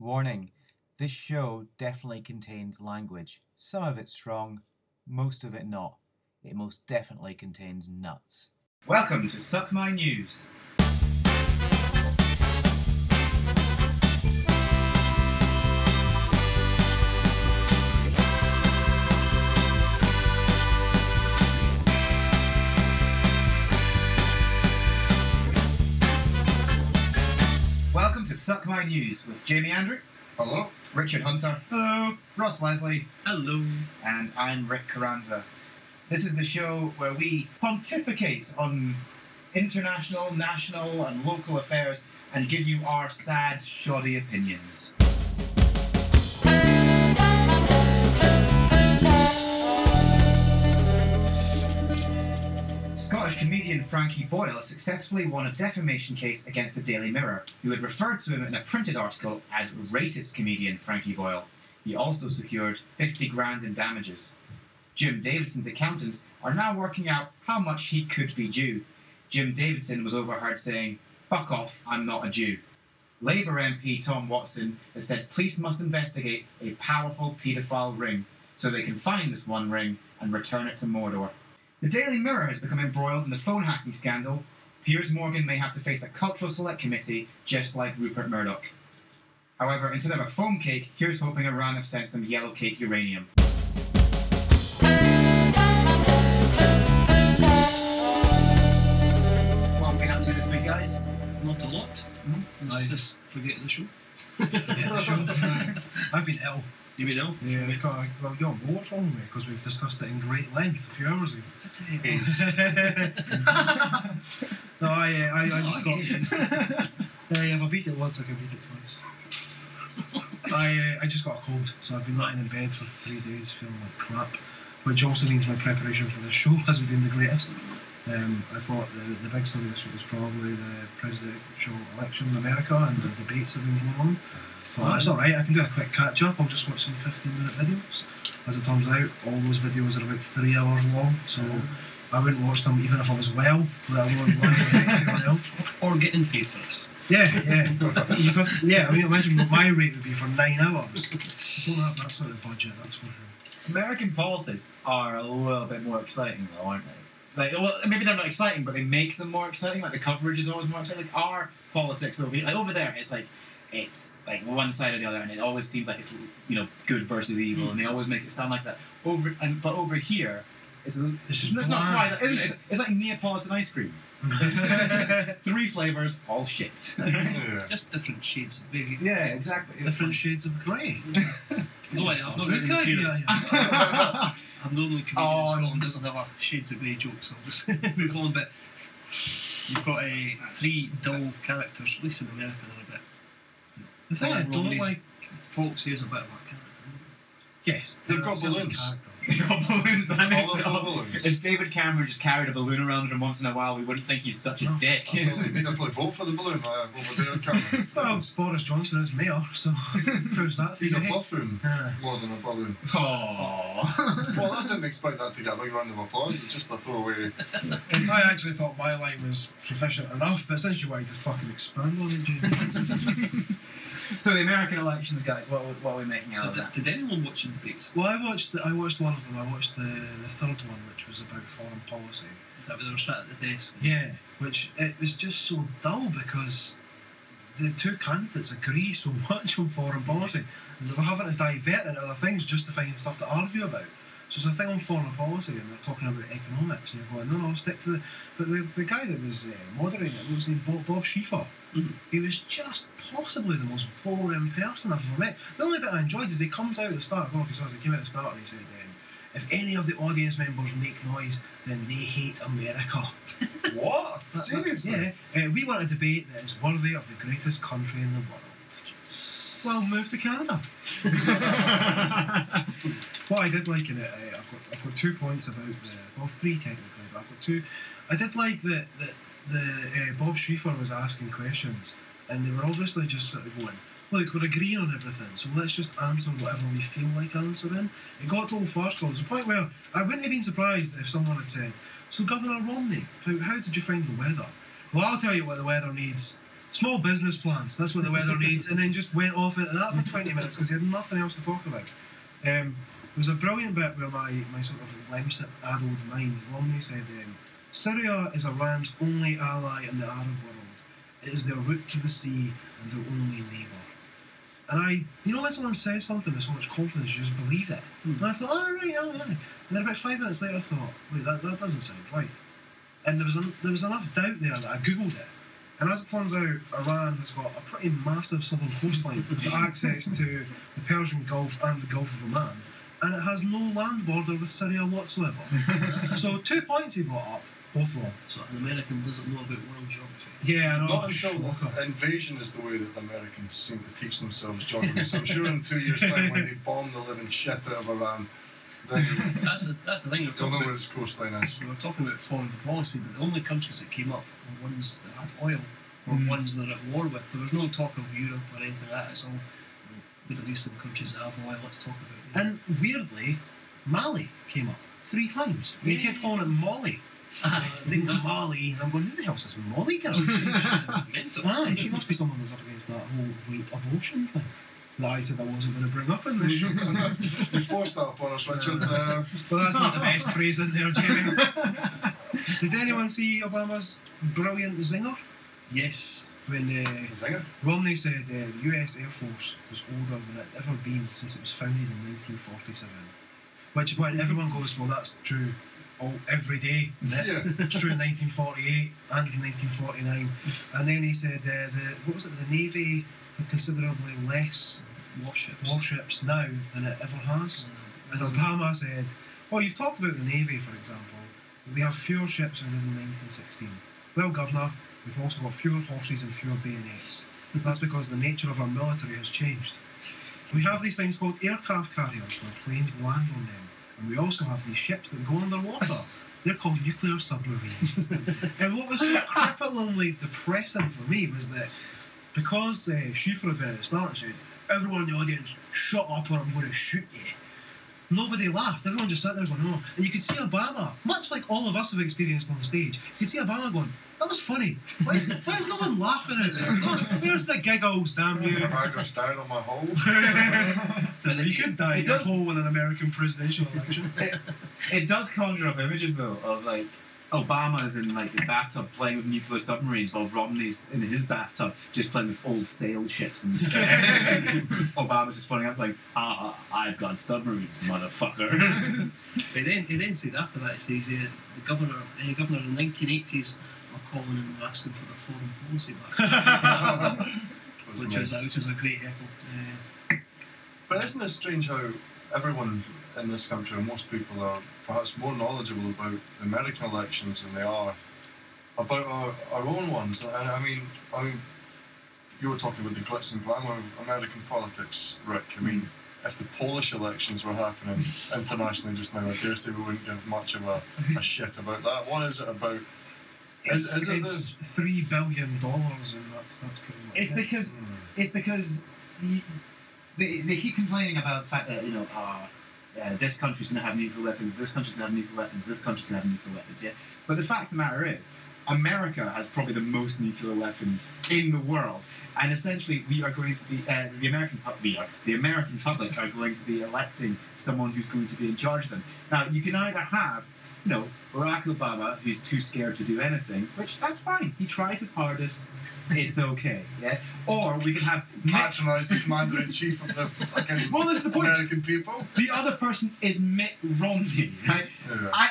Warning this show definitely contains language. Some of it strong, most of it not. It most definitely contains nuts. Welcome to Suck My News. Welcome to Suck My News with Jamie Andrew. Hello. Richard Hunter. Hello. Ross Leslie. Hello. And I'm Rick Carranza. This is the show where we pontificate on international, national, and local affairs and give you our sad, shoddy opinions. Scottish comedian Frankie Boyle successfully won a defamation case against the Daily Mirror, who had referred to him in a printed article as racist comedian Frankie Boyle. He also secured 50 grand in damages. Jim Davidson's accountants are now working out how much he could be due. Jim Davidson was overheard saying, Buck off, I'm not a Jew. Labour MP Tom Watson has said police must investigate a powerful paedophile ring so they can find this one ring and return it to Mordor. The Daily Mirror has become embroiled in the phone hacking scandal. Piers Morgan may have to face a cultural select committee just like Rupert Murdoch. However, instead of a foam cake, here's hoping Iran have sent some yellow cake uranium. What have we been up to this week, guys? Not a lot. Hmm? Let's just forget the show. I've been ill. You mean ill? Yeah, I can't, well, you don't know what's wrong with me because we've discussed it in great length a few hours ago. no, I, uh, I, I just thought, uh, if I beat it once, I can beat it twice. I, uh, I just got a cold, so I've been lying in bed for three days feeling like crap, which also means my preparation for this show hasn't been the greatest. Um, I thought the, the big story this week was probably the presidential election in America and the debates that have been going on. Well, that's all right. I can do a quick catch up. I'll just watch some fifteen-minute videos. As it turns out, all those videos are about three hours long, so I wouldn't watch them even if I was well. Let alone lying next to ill. Or getting paid for this. Yeah, yeah, Even if- yeah. I mean, imagine what my rate would be for nine hours. I don't have that sort of budget. That's for sure. American politics are a little bit more exciting, though, aren't they? Like, well, maybe they're not exciting, but they make them more exciting. Like the coverage is always more exciting. Like our politics over here, like over there, it's like it's like one side or the other, and it always seems like it's you know good versus evil, Hmm. and they always make it sound like that. Over and but over here, it's a, It's just that's not bland. right, isn't it? It's, it's like Neapolitan ice cream. Three flavors, all shit. Just different shades of baby. yeah, exactly. Different shades of grey. No, I- I've Oh, not read Good the material. idea. yeah. I'm the only comedian Oh, in Scotland doesn't have a shades of grey joke, so I'll just move on. But you've got uh, three dull characters, at least in America, they're a bit. The thing I don't Romney's- like. Foxy is a bit of a character. Yes, They've there are got certain balloons. characters. balloons. That makes All it of all- the balloons. If David Cameron just carried a balloon around with him once in a while, we wouldn't think he's such a No. dick. Absolutely, people probably vote for the balloon uh, over there, Cameron. Well, Boris Johnson is mayor, so proves that. He's a theory. buffoon Yeah. more than a balloon. Aww. Well, I didn't expect that to get a big round of applause. It's just a throwaway. I actually thought my line was proficient enough, but since you wanted to fucking expand on it, Jamie. So the American elections, guys, what, what are we making out So of did, that? did anyone watch the debates? well, I watched the, I watched one of them. I watched the, the third one, which was about foreign policy. That they were sat at the desk. Yeah, which it was just so dull because the two candidates agree so much on foreign policy. And they were having to divert into other things just to find stuff to argue about. So it's a thing on foreign policy, and they're talking about economics, and you're going, no, no, stick to the. But the, the guy that was uh, moderating it was the Bob, Bob Schieffer. Mhm. He was just possibly the most boring person I've ever met. The only bit I enjoyed is he comes out at the start. I don't know if you saw this. He came out at the start and he said, um, "If any of the audience members make noise, then they hate America." What? That- that- Seriously? uh, Yeah. Uh, we want a debate that is worthy of the greatest country in the world. Well, move to Canada. what I did like in it, uh, I've, got, I've got two points about the, well, three technically, but I've got two. I did like that that the uh, Bob Schieffer was asking questions, and they were obviously just sort of going, "Look, we're agreeing on everything, so let's just answer whatever we feel like answering." It got to first of all, there's a point where I wouldn't have been surprised if someone had said, "So Governor Romney, how, how did you find the weather?" Well, I'll tell you what the weather needs: small business plans. That's what the weather needs. And then just went off into that for 20 minutes because he had nothing else to talk about. Um, there was a brilliant bit where my, my sort of lemsip addled mind, Romney said, um, Syria is Iran's only ally in the Arab world. It is their route to the sea and their only neighbour. And I, you know, when someone says something with so much confidence, you just believe it. And I thought, oh, right, oh, yeah. And then about five minutes later, I thought, wait, that, that doesn't sound right. And there was, an there was enough doubt there that I Googled it. And as it turns out, Iran has got a pretty massive southern coastline with access to the Persian Gulf and the Gulf of Oman. And it has no land border with Syria whatsoever. so, two points he brought up, both wrong. So an American doesn't know about world geography. Yeah, I know. Not until Shocker. invasion is the way that the Americans seem to teach themselves geography. So I'm sure in two years' time, when they bomb the living shit out of Iran, then you That's the, that's the thing we're don't know talking where about. its coastline is. We were talking about foreign policy, but the only countries that came up were ones that had oil or Mm. ones that are at war with. There was no talk of Europe or anything like that. It's all the Middle Eastern countries that have oil. Let's talk about it. And weirdly, Mali came up three times. They kept calling it Molly. I think Mali. And I'm going, who the hell's this Molly girl? It's mental. Aye, she must be someone that's up against that whole rape abortion thing that I said I wasn't going to bring up in this show. So you forced that upon us, Richard. Uh, Well, that's not the best phrase in there, Jamie. Did anyone see Obama's brilliant zinger? Yes. When uh, Zinger. Romney said uh, the US Air Force was older than it had ever been since it was founded in 1947. Which when everyone goes, well, that's true all, every day. isn't it? Yeah. It's true in 1948 and in 1949. And then he said, uh, the, what was it, the Navy had considerably less Warships. warships now than it ever has. And Obama said, well, you've talked about the Navy, for example. We have fewer ships than in 1916. Well, Governor, we've also got fewer horses and fewer bayonets. That's because the nature of our military has changed. We have these things called aircraft carriers where planes land on them. And we also have these ships that go underwater. They're called nuclear submarines. and what was so cripplingly depressing for me was that because uh, Schieffer had been at the start and said, everyone in the audience, shut up or I'm going to shoot you. Nobody laughed. Everyone just sat there going, oh. And you could see Obama, much like all of us have experienced on stage, you could see Obama going, that was funny. Why is, why is no one laughing at it? Where's the giggles, damn you? If I just died on my hole. You could die It in a does- hole in an American presidential election. It does conjure up images though of like Obama's in like his bathtub playing with nuclear submarines while Romney's in his bathtub just playing with old sail ships in the sky. Obama's just phoning up like, ah, I've got submarines, motherfucker. He then, he then said after that, he says uh, the governor, any governor in the 1980s are calling and they're asking for their foreign policy back. which, was, which was a great echo. Uh, But isn't it strange how everyone in this country, or most people, are perhaps more knowledgeable about the American elections than they are about our, our own ones? And I mean, I mean, you were talking about the glitz and glamour of American politics, Rick. I mean, if the Polish elections were happening internationally just now, I dare say we wouldn't give much of a, a shit about that. What is it about? Is, It's, is it it's the, three billion dollars, and that's that's pretty much. It's it. because it's because y- they, they keep complaining about the fact that you know uh, uh, this country's going to have nuclear weapons, this country's going to have nuclear weapons, this country's going to have nuclear weapons. Yeah, but the fact of the matter is, America has probably the most nuclear weapons in the world, and essentially we are going to be uh, the American pub- we are the American public are going to be electing someone who's going to be in charge of them. Now you can either have you know Barack Obama who's too scared to do anything, which that's fine. He tries his hardest. It's okay. Yeah. Or we could have Mitt patronise the commander in chief of the fucking Well, that's the point. American people? the other person is Mitt Romney, right? Yeah. I,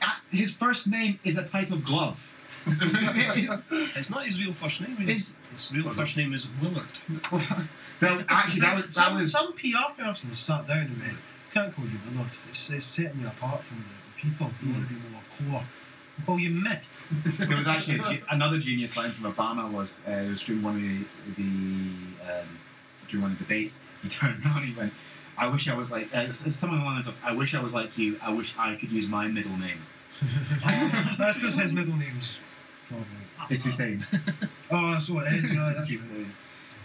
I, his first name is a type of glove. It's- it's not his real first name. His, his real first name is Willard. that, actually, that was that some, was some PR person sat down and went, "Can't call you Willard. It's, it's setting you apart from the, the people. You want to be more core. We'll call you Mitt." there was actually a, ge- another genius line from Obama was uh, it was during one of the, the um, during one of the debates. He turned around and he went, "I wish I was like uh, s- someone along the lines of I wish I was like you. I wish I could use my middle name." That's because his middle name's probably. It's the same. Oh, that's what it is. right, It's that's the right. same.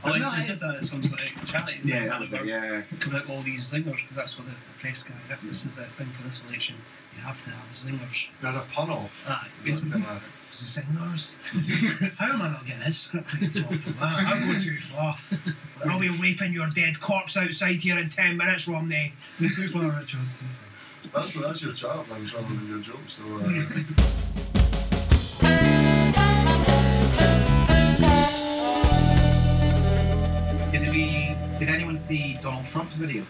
Oh, no, they did it's- that at some sort of charity. thing, Yeah, that was it. remember? Yeah, yeah. About all these zingers, because that's what the, the press guy. This is the thing for this election. You have to have zingers. They're a pun off. Ah, It's basically. like, uh, Singers. Zingers. How am I not getting his script right top oh, for that? I'll go too far. I'll be waping your dead corpse outside here in ten minutes, Romney. Too far, Richard. Too far. That's, that's your chat lines rather than your jokes, so uh, Did we? Did anyone see Donald Trump's video?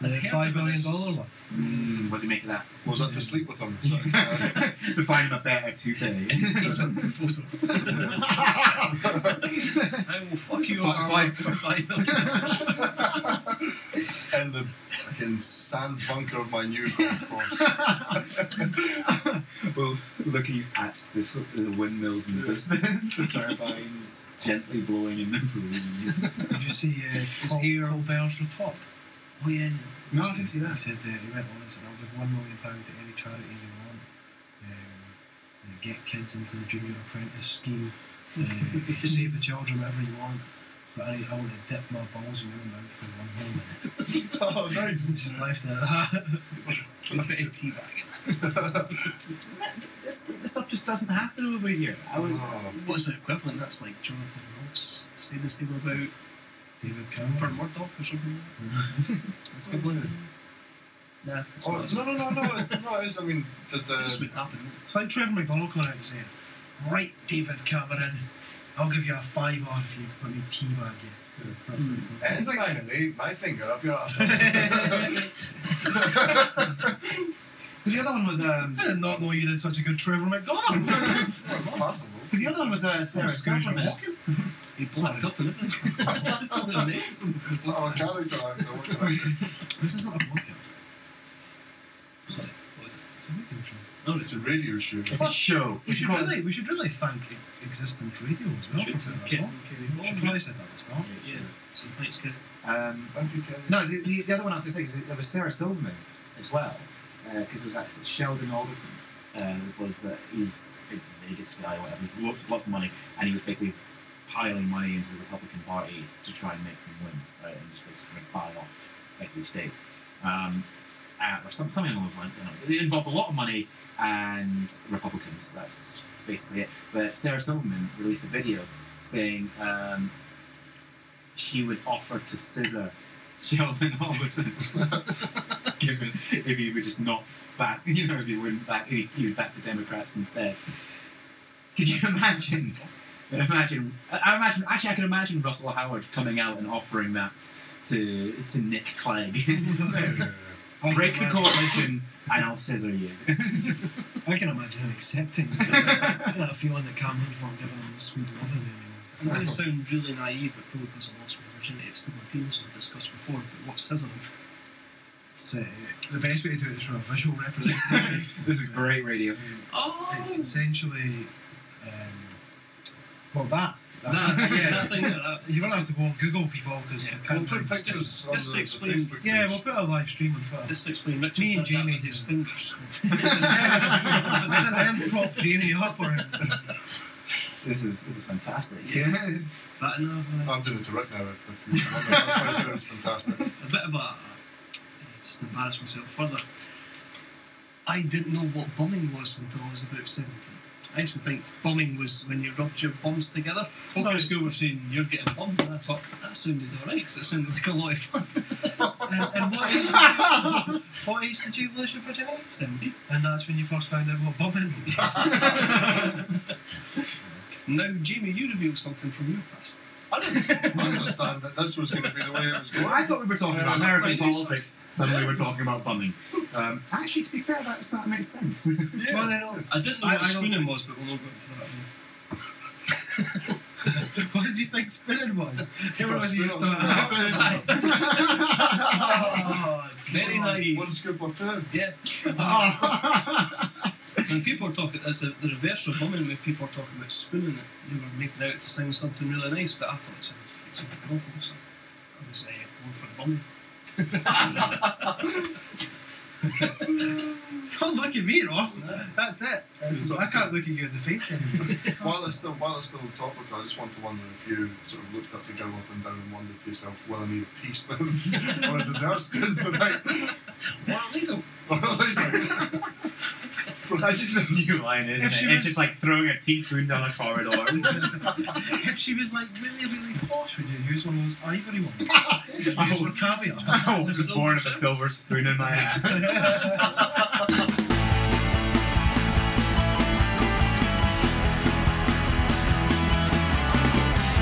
The Let's hear five about million this. dollar one. Mm, what do you make of that? was that to sleep with him? Sorry. Uh, to find him a better toupee. Decent proposal. I will fuck you Fuck up five. for five million. in uh, the fucking sand bunker of my new golf course. well, looking at this, the windmills in the distance, the turbines gently blowing in the breeze. Did you see uh, His Col- ear- Colbert's retort? Oh yeah. No, I didn't see He that. said uh, he went on and said, "I'll give one million pound to any charity you want. Um, uh, get kids into the junior apprentice scheme. Uh, save the children whatever you want." But I, I want to dip my balls in your mouth for one million. oh, Just left it at that. Looks like a teabag. This, this stuff just doesn't happen over here. I would, Oh, What's the equivalent? That's like Jonathan Ross saying this thing about David Rupert Cameron. Murdoch or something. equivalent. Nah, it's Oh, not. It's no, not. no, no, no, it- no, it is. I mean, the, This the, would happen. It's like Trevor McDonald coming out and saying, "Right, David Cameron, I'll give you a fiver if you let me teabag you." Hmm. That's, that's like, it's like, fine, they ate my finger up your ass. Because the other one was um, I did not know you did such a good Trevor McDonald. Possible. because the other one was uh, Sarah Susan Silverman. Walken. He blacked up and everything. Blacked up and everything. Oh, Charlie talked. I wonder if that's- This isn't a podcast. Sorry, what was it? It's a radio show. No, it's It's a radio show. It's a show. We It's should called- really, we should really thank e- existent radio as well Should for doing do. that. We should probably said that at the start. Yeah. So thanks, Kevin. Um, Thank you, Kevin. No, the, the, the other one I was going to say 'cause it- there was Sarah Silverman as well, because it was at Sheldon Alderton. Uh, was uh, he's a Vegas guy, whatever, lots lots of money, and he was basically piling money into the Republican Party to try and make them win, right, and just basically buy off every state, um, uh, or some, something along those lines. I don't know. It involved a lot of money and Republicans. That's basically it. But Sarah Silverman released a video saying um, she would offer to scissor Sheldon Alberton. Given if he would just not back, you know, if he wouldn't back, if he would back the Democrats instead. Could you imagine? Imagine, I- I imagine. Actually, I can imagine Russell Howard coming out and offering that to to Nick Clegg. I Break can the imagine- coalition, and I'll scissor you. I can imagine him accepting. I got a feeling that Cameron's not giving him the sweet loving anymore. I'm going to sound really naive, but probably because I lost my virginity. It's the Martinez we've discussed before, but what's his So uh, the best way to do it is through a visual representation. this is great radio. Oh! it's essentially, um, well, that. that, that yeah. thing that, uh, that, You're gonna have to go on Google people because Yeah. We'll put pictures on Just the, the explain- Facebook page. Yeah, we'll put a live stream on Twitter. Just to explain Richard Me and did that Jamie with his do. fingers. I didn't prop Jamie up or anything. This is this is fantastic. Yes. But no, uh, I'm doing it to Rick now if, if you want. That's why I said it was fantastic. a bit of a uh, just to embarrass myself further. I didn't know what bombing was until I was about seventeen. I used to think bombing was when you rubbed your bums together. Folk Sorry. at school were saying you're getting bombed, and I thought that sounded alright because it sounded like a lot of fun. And, and what, age did you, what age did you lose your virginity? Seventeen. And that's when you first found out what bobbing was. Now, Jamie, you revealed something from your past. I didn't understand that this was going to be the way it was Well, going. I thought we were talking about Yeah. American Right, you politics. Suddenly we're talking about bombing. Um, actually, to be fair, that's, that makes sense. Do you want to know? I didn't know I- what I don't spooning think- was, but we'll not go into that. What did you think spinning was? Everyone First used to spin have was- Oh, Very God. naive. One scoop or two. Yeah. when people are talking, it's the the reverse of women when people are talking about spooning it. They were making out to sound something really nice, but I thought it sounded like something awful. So I was uh, going for bombing. Don't look at me, Ross. No. That's it. That's- I can't look at you in the face anymore. While it's still while it's still topical, I just want to wonder if you sort of looked at the girl up and down and wondered to yourself, "Will I need a teaspoon or a dessert spoon tonight?" Well, later. Or later. so That's just a new line, isn't If it? she It's was- just like throwing a teaspoon down a corridor. if she was like really, really posh, would you use one of those ivory ones? You'd use for caviar. I was Silver born with a service. silver spoon in my ass.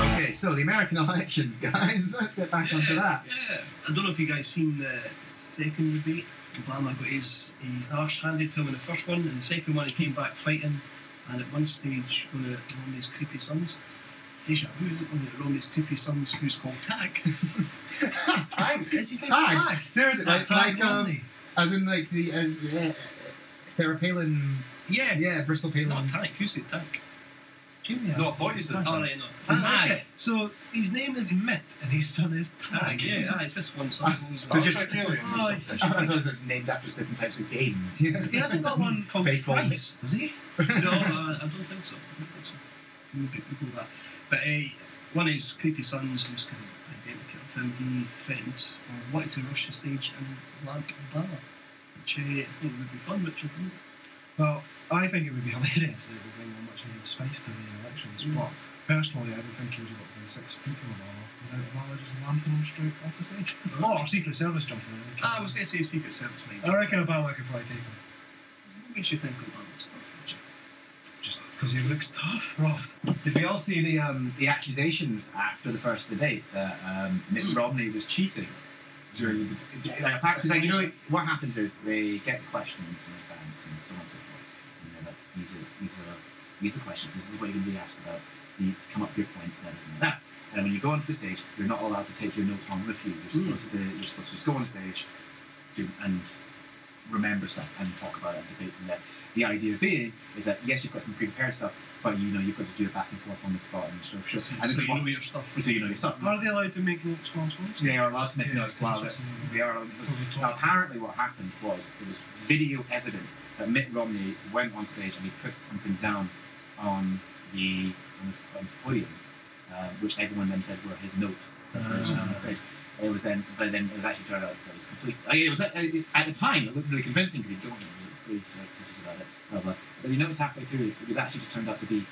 okay, so the American elections, guys. Let's get back onto that. Yeah. I don't know if you guys seen the second debate. Obama got his, his arse handed to him in the first one, and the second one he came back fighting. And at one stage, one of Romney's creepy sons, deja vu, one of Romney's creepy sons who's called Tag. Tag? Is he Tag? tag? Seriously, like, Tag like um, Romney. as in like the as uh, Sarah Palin, Yeah. yeah, Bristol Palin. Not Tag. Who said Tag? Jimmy No, asked boy, him. is it? Oh, right, no. Ah, Tag. okay. So his name is Mitt and his son is Tag. Tag. Yeah, aye, it's just one They Star son. just- Trek aliens or Oh, something. I thought it was named after different types of games. Yeah. He hasn't got one called Baseball Price, has he? no, I, I don't think so. I don't think so. We'll be- we'll go with that. But uh, one of his creepy sons, who's kind of identical to him, he threatened or wanted to rush the stage and land Obama, which uh, I think would be fun, which I think. Well, I think it would be hilarious that it would bring a much needed spice to the elections, Mm. but personally, I don't think he would have got within six feet of Obama without Obama just lamping him straight off the stage. Or Secret Service jumping in. and Ah, I killing was him. going to say Secret Service, mind. I reckon Obama could probably take him. What makes you think Obama stuff? don't you? Just because he looks tough, Ross. Did we all see the um, the accusations after the first debate that um, Mitt Romney was cheating during the debate? Because like, you know like, what happens is they get the questions in advance and so on and so forth. And they're like, these are these are these are the questions. This is what you're going to be asked about. You come up with your points and everything like that. And when you go onto the stage, you're not allowed to take your notes along with Hmm. you. You're supposed to you're supposed to just go on stage, do and remember stuff and talk about it and debate from there. The idea being is that yes, you've got some pre-prepared stuff, but you know you've got to do it back and forth on the spot and sort of show. So, And this is you know what your stuff. so you know your stuff. Are they allowed to make notes whilst on stage? They are allowed to make Yeah, notes because while it's they're- what's in they are allowed to Because we make talk. Now, apparently, what happened was there was video evidence that Mitt Romney went on stage and he put something down on the on his, on his podium, uh, which everyone then said were his notes that were on the Ah. stage. It was then, but then it was actually turned out that it was complete. Like, it was at, at the time it looked really convincing because he don't really pretty scientific about it, blah blah. But you notice halfway through, it was actually just turned out to be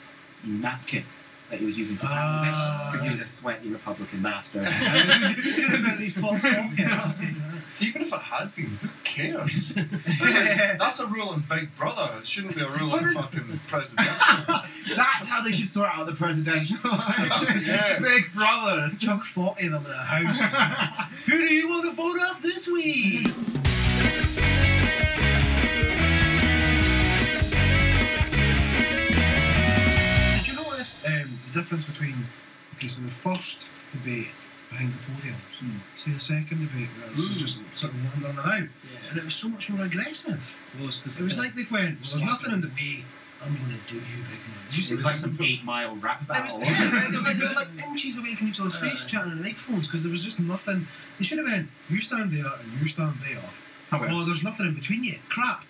napkin that he was using to Ah. because he was a sweaty Republican master. Look at these pop pockets. Even if it had been, who cares? That's, like- that's a rule in Big Brother. It shouldn't be a rule in fucking presidential. That's how they should sort out the presidential election. Yeah. Just big brother. Chuck 40 of them in the house. Who do you want to vote off this week? Did you notice um, the difference between, okay, so the first debate behind the podiums, see the second debate where they Mm. just sort of wandering about, and it was so much more aggressive. It was, cause It was like they've went, well, there's nothing in the way, I'm going to do you, big man. Did you see It was that? like some eight mile rap It battle. was, yeah, it was like they were like inches away from each other's face Aye. chatting on the microphones because there was just nothing. They should have been, you stand there and you stand there. Oh, there's nothing in between you. Crap.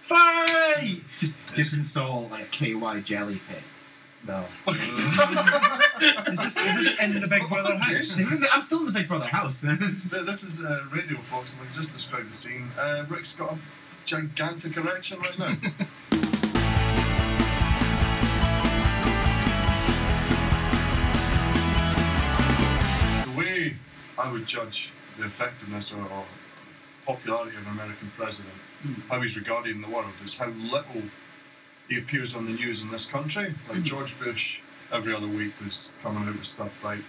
Fight! just, just install like KY jelly pit. No. Is this, is this in the Big Brother house? This is- I'm still in the Big Brother house. Th- this is uh, Radio Fox, and we just described the scene. Uh, Rick's got a gigantic erection right now. the way I would judge the effectiveness or, or popularity of an American president, how he's regarded in the world, is how little he appears on the news in this country. Like George Bush, every other week was coming out with stuff like,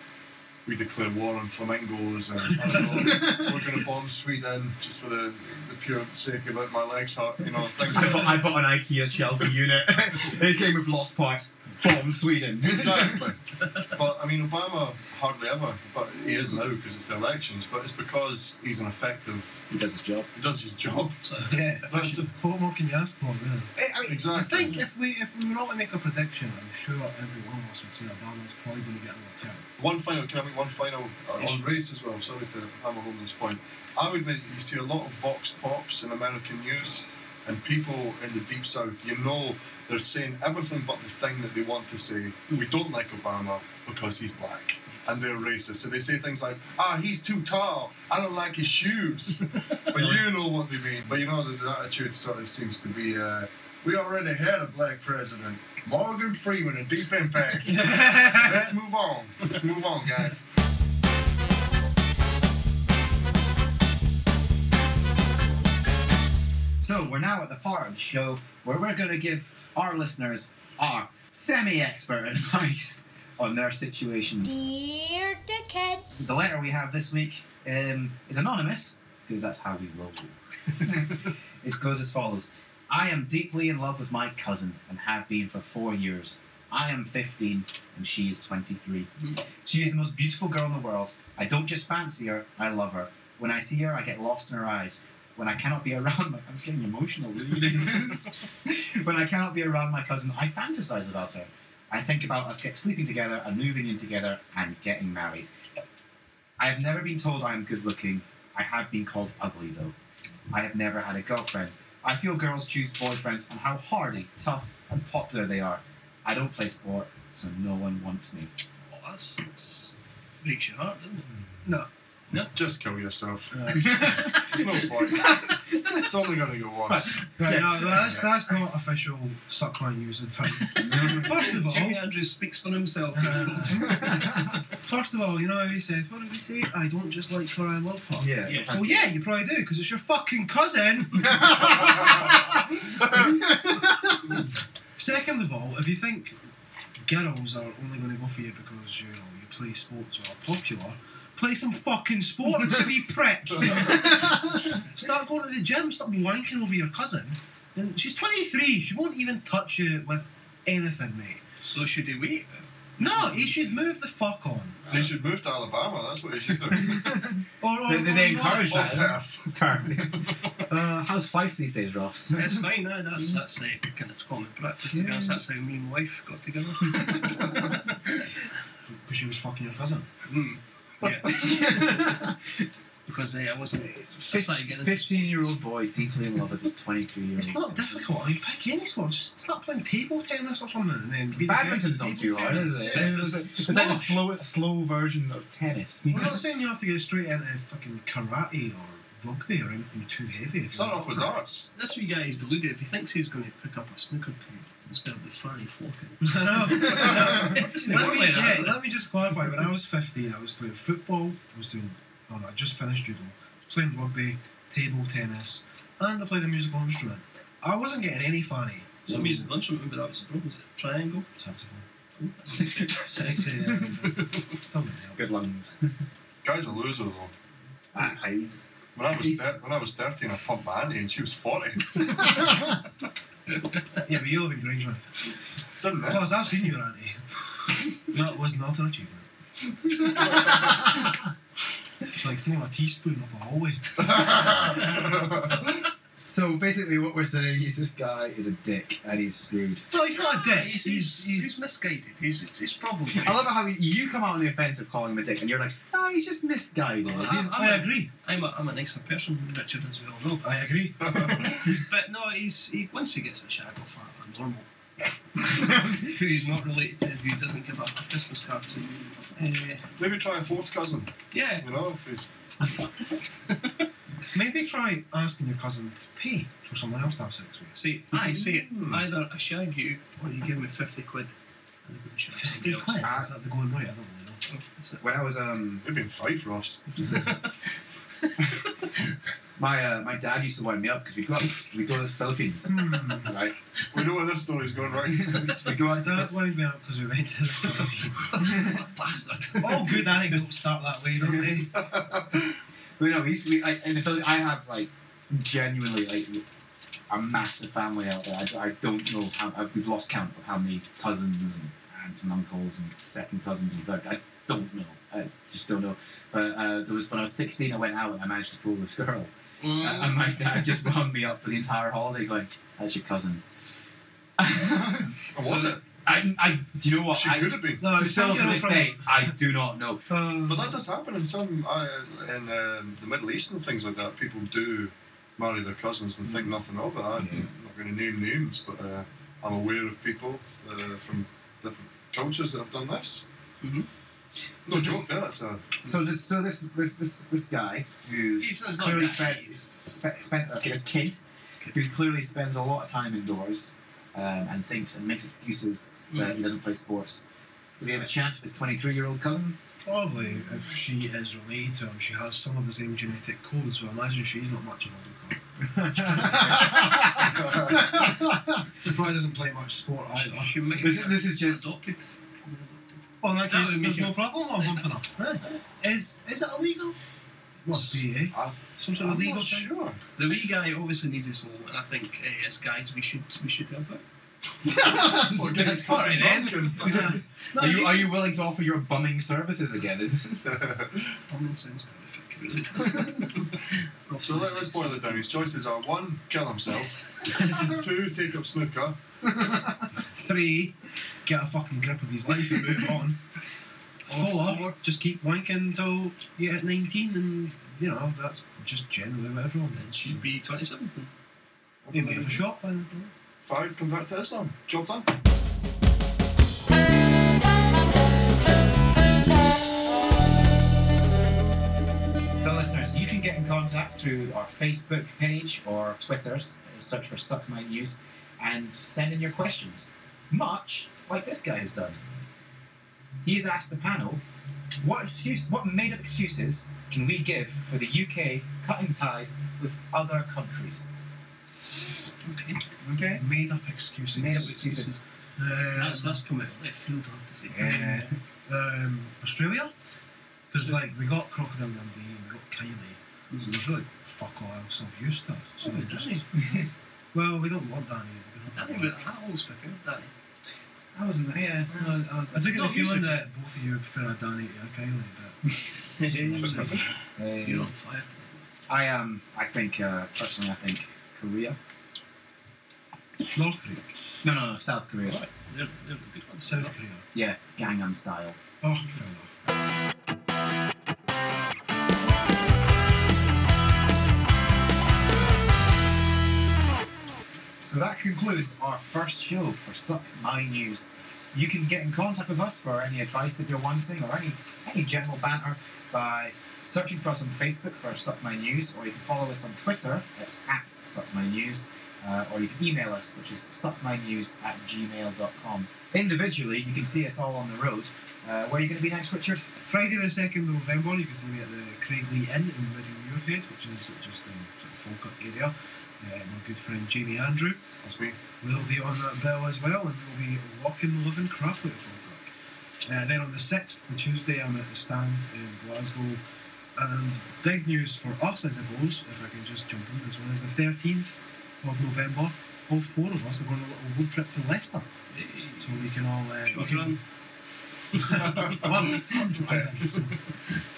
"We declare war on flamingos," and I don't know, "We're going to bomb Sweden just for the, the pure sake of it." My legs hurt, you know, things I like bought, that. I bought an IKEA shelving unit. it came with lost parts. Bomb Sweden. exactly. But I mean, Obama hardly ever, but he is now because it's the elections. But it's because he's an effective. He does his job. He does his job. So, Yeah. That's it. What more can you ask for, really? I mean, I Exactly. think if we if we were all to make a prediction, I'm sure every one of us would say Obama's probably going to get another term. One final, can I make one final uh, on Yes. race as well? Sorry to hammer home this point. I would admit you see a lot of vox pops in American news, and people in the deep south, you know, they're saying everything but the thing that they want to say. We don't like Obama because he's black, and they're racist. So they say things like, "Ah, he's too tall. I don't like his shoes." but you know what they mean. But you know the, the attitude sort of seems to be. Uh, We already had a black president, Morgan Freeman, and Deep Impact. Let's move on. Let's move on, guys. So we're now at the part of the show where we're going to give our listeners our semi-expert advice on their situations. Dear dickhead. The letter we have this week um, is anonymous because that's how we roll. it goes as follows: I am deeply in love with my cousin and have been for four years. I am 15 and she is 23. She is the most beautiful girl in the world. I don't just fancy her; I love her. When I see her, I get lost in her eyes. When I cannot be around, my, I'm getting emotional reading. when I cannot be around my cousin, I fantasize about her. I think about us get sleeping together and moving in together and getting married. I have never been told I am good looking. I have been called ugly though. I have never had a girlfriend. I feel girls choose boyfriends on how hardy, tough, and popular they are. I don't play sport, so no one wants me. Well, Oh, that's, that's breaks your heart, doesn't it? Just kill yourself. Uh, There's no point. It's only going to get worse. Right, Yes. no, that's, that's not official suckline news in France. First of all, Jimmy Andrews speaks for himself. here, folks. first of all, you know how he says, what did he say? I don't just like her, I love her. Yeah. Yeah. Well, yeah, you probably do, because it's your fucking cousin. Second of all, if you think girls are only going to go for you because you know you play sports or are popular, play some fucking sports, you wee prick. start going to the gym, stop wanking over your cousin. And she's 23. She won't even touch you with anything, mate. so should he wait? No, he should move the fuck on. They should move to Alabama. That's what they should do. Or, or, They, they, they or not. encourage Or that. Perth. Uh, how's Fife these days, Ross? That's fine. No, that's that's uh, kind of common practice. To be honest, that's how me and my wife got together. Because she was fucking your cousin. Hmm. Yeah. because uh, I wasn't. I started getting into 15 year old boy deeply in love with his 22 year old. It's not difficult. I mean, pick any sport. Just start playing table tennis or something, and then be the Badminton's best at not too table hard, tennis. is it? Yeah, It's, it's like a slow, slow version of tennis. We're not saying you have to get straight into fucking karate or rugby or anything too heavy. If Start you're off with not- darts. This wee guy is deluded. If he thinks he's going to pick up a snooker cue instead of the fanny flocking, I know. it doesn't let work me, like that. yeah, let me just clarify. When I was 15, I was playing football. I was doing. Oh no, I just finished judo. I was playing rugby, table tennis, and I played a musical instrument. I wasn't getting any funny. For some reason, lunch remember that was a problem. Was it triangle? Saxophone. Oh, that's sexy. Sexy. yeah, Still didn't help. Good lungs. Guy's a loser, though. When I was, He's- thir- when I was 13, I pumped my auntie and she was 40. Yeah, but you live in Grangeland. Didn't it? Plus, I've seen your auntie. that was not an achievement. it's like throwing a teaspoon up a hallway. So basically, what we're saying is this guy is a dick and he's screwed. No, he's not a dick. He's, He's, he's, he's, he's misguided. He's, he's, he's probably. I love it how you come out on the offense of calling him a dick, and you're like, "Ah, he's just misguided." I'm, I I'm, a, agree. I'm, a, I'm a nicer person than Richard, as we all know. I agree. But no, he's he, once he gets the shag off a, a normal who he's not related to, who he doesn't give a, a Christmas card to. Uh, Maybe try a fourth cousin. yeah, You know, if he's Maybe try asking your cousin to pay for someone else to have sex with. see, I say it. Either I shag you or you give me 50 quid and I'm going to shag somebody Fifty else. quid. Is that the going rate? I don't really know. Oh, is it? When I was um, maybe in five, Ross. my uh, my dad used to wind me up because we go we go to the Philippines, right? We know where this story's going, right? We go out My dad wound me up because we went to the Bastard. All good anecdotes start that way, don't they? But no, we used to, we, I, in the Philly, I have like genuinely like a massive family out there. I, I don't know how I've, we've lost count of how many cousins and aunts and uncles and second cousins and third. I don't know. I just don't know. But uh, there was when I was sixteen, I went out and I managed to pull this girl, Uh, and, and my dad just wound me up for the entire holiday, going, "That's your cousin." Or was So- it? I, I, do you know what? She I, could have been. No, to it's still some to girl this from. day, I do not know. But that does happen in some uh, in um, the Middle East and things like that. People do marry their cousins and think nothing of it. I'm not going to name names, but uh, I'm aware of people uh, from different cultures that have done this. Mhm. No joke, there. That's a So this, so this, this, this, this guy who He's- he's not clearly a guy, spent, he's- spe- spent, okay, this kid kid. who clearly spends a lot of time indoors um, and thinks and makes excuses that he doesn't play sports. Does he have a chance with his 23 year old cousin? Probably, if she is related to him, she has some of the same genetic code, so I imagine she's not much of a looker. She probably doesn't play much sport either. She might This be is- this is just- adopted. Well, in that That case, would there's make no it- problem. I'm Is hoping Is is it illegal? Must be, eh? I'm, Some sort of I'm legal not thing. sure. The wee guy obviously needs his hole, and I think uh, as guys we should we should help out. Well, guess All right, then. what's wrong? No, are, you, you are you willing to offer your bumming services again? Is Bumming sounds terrific. It really does. So let, let's boil it down. His choices are one, kill himself, two, take up snooker, Three, get a fucking grip of his life and move on. Four, just keep wanking until you hit 19, and you know, that's just generally what everyone It did. She should be twenty-seven. may have a shot by then. five, convert to Islam. Job done. So, listeners, you can get in contact through our Facebook page or Twitter's, uh, search for Suck My News, and send in your questions. Much like this guy has done. He's asked the panel, what excuse, what made up excuses can we give for the UK cutting ties with other countries? Okay, Okay. Made up excuses. Made up excuses. Um, that's that's come out of left field. I have to say. Yeah. um, Australia? Because like we got Crocodile Dundee and we got Kylie, so there's really fuck all else of use to us. So Oh, we just, well, we don't want Danny. we Danny, don't but want I always preferred Danny. I wasn't, yeah. No, I was, I do get No, the you feeling that both of you prefer a Danny to a Kylie, should. but Uh, You're on fire. I um, I think uh, personally, I think Korea. North Korea, No, no, no, South Korea. They're, they're the good ones. South Korea. Yeah, Gangnam Style. Oh, fair enough. So that concludes our first show for Suck My News. You can get in contact with us for any advice that you're wanting or any any general banter by searching for us on Facebook for Suck My News, or you can follow us on Twitter, that's at Suck My News, uh, or you can email us, which is suckmynews at gmail.com. Individually, you can see us all on the road. Uh, where are you going to be next, Richard? Friday the second of November, you can see me at the Craigley Inn in Reading Muirhead, which is just in sort of Falkirk area. Uh, my good friend Jamie Andrew That's me. will be on that bill as well, and we'll be walking the living crap out of Falkirk. Uh, then on the 6th, the Tuesday, I'm at the stand in Glasgow. And big news for us, I suppose, if I can just jump in this one, is the 13th of November. All four of us are going on a little road trip to Leicester. So we can all. Uh, we Short can- run. I'm- I'm driving, so-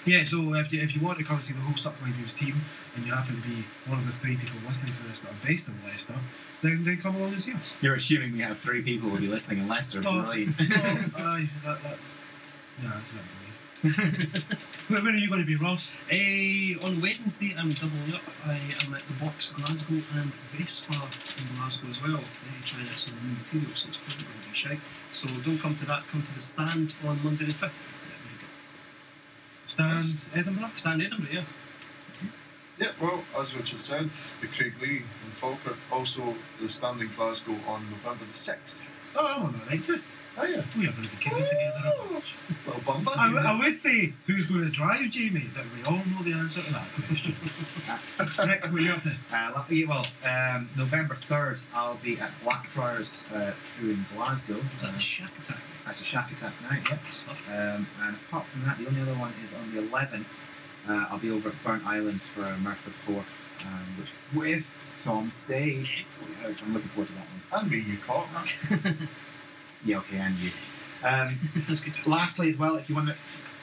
yeah, so if you, if you want to come see the whole Supplement News team and you happen to be one of the three people listening to this that are based in Leicester, then, then come along and see us. You're assuming we have three people will be listening in Leicester. Brilliant. Oh, aye, that, that's. Yeah, that's about believe. when, when are you going to be, Ross? Eh, on Wednesday, I'm doubling up. I am at the Box Glasgow and Vespa in Glasgow as well, eh, trying out some new material, so it's probably going to be shite. So don't come to that, come to the stand on Monday the 5th. Stand Edinburgh? Stand Edinburgh, yeah. Yeah, well, as Richard said, the Craig Lee in Falkirk, also the stand in Glasgow on November the 6th. Oh, I'm on that night too. Oh, yeah. We are going to be kicking together. aren't we? Little bum I, w- buddies, eh? I would say who's going to drive, Jamie, but we all know the answer to that question. Rick, what are you up to? Uh, la- yeah, well, um, November 3rd, I'll be at Blackfriars uh, through in Glasgow. Was that Uh, the Shack Attack? That's a shack attack night, yeah. Good stuff. Um, and apart from that, the only other one is on the 11th. Uh, I'll be over at Burnt Island for Merthyr Fourth, um, which with Tom Stay. Excellent. I'm looking forward to that one. And me, you cock. Yeah, okay, and you. Um, That's good. lastly, as well, if you want to,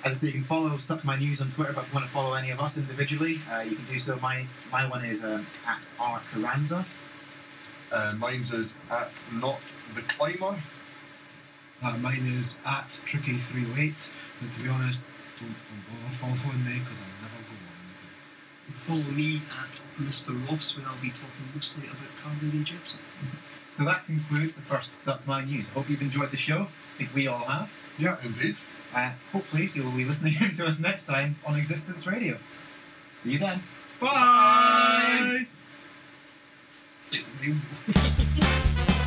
as I say, you can follow Suck My News on Twitter, but if you want to follow any of us individually, uh, you can do so. My my one is um, at R Carranza. Uh, mine's is at not the climber. Uh, mine is at tricky308, but to be honest, don't, don't bother following me because I'll never go on anything. Follow me at Mr. Ross, where I'll be talking mostly about Carmine Jepson. So that concludes the first Suck My News. Hope you've enjoyed the show. I think we all have. Yeah, indeed. Uh, hopefully, you'll be listening to us next time on Existence Radio. See you then. Bye! like rainbow.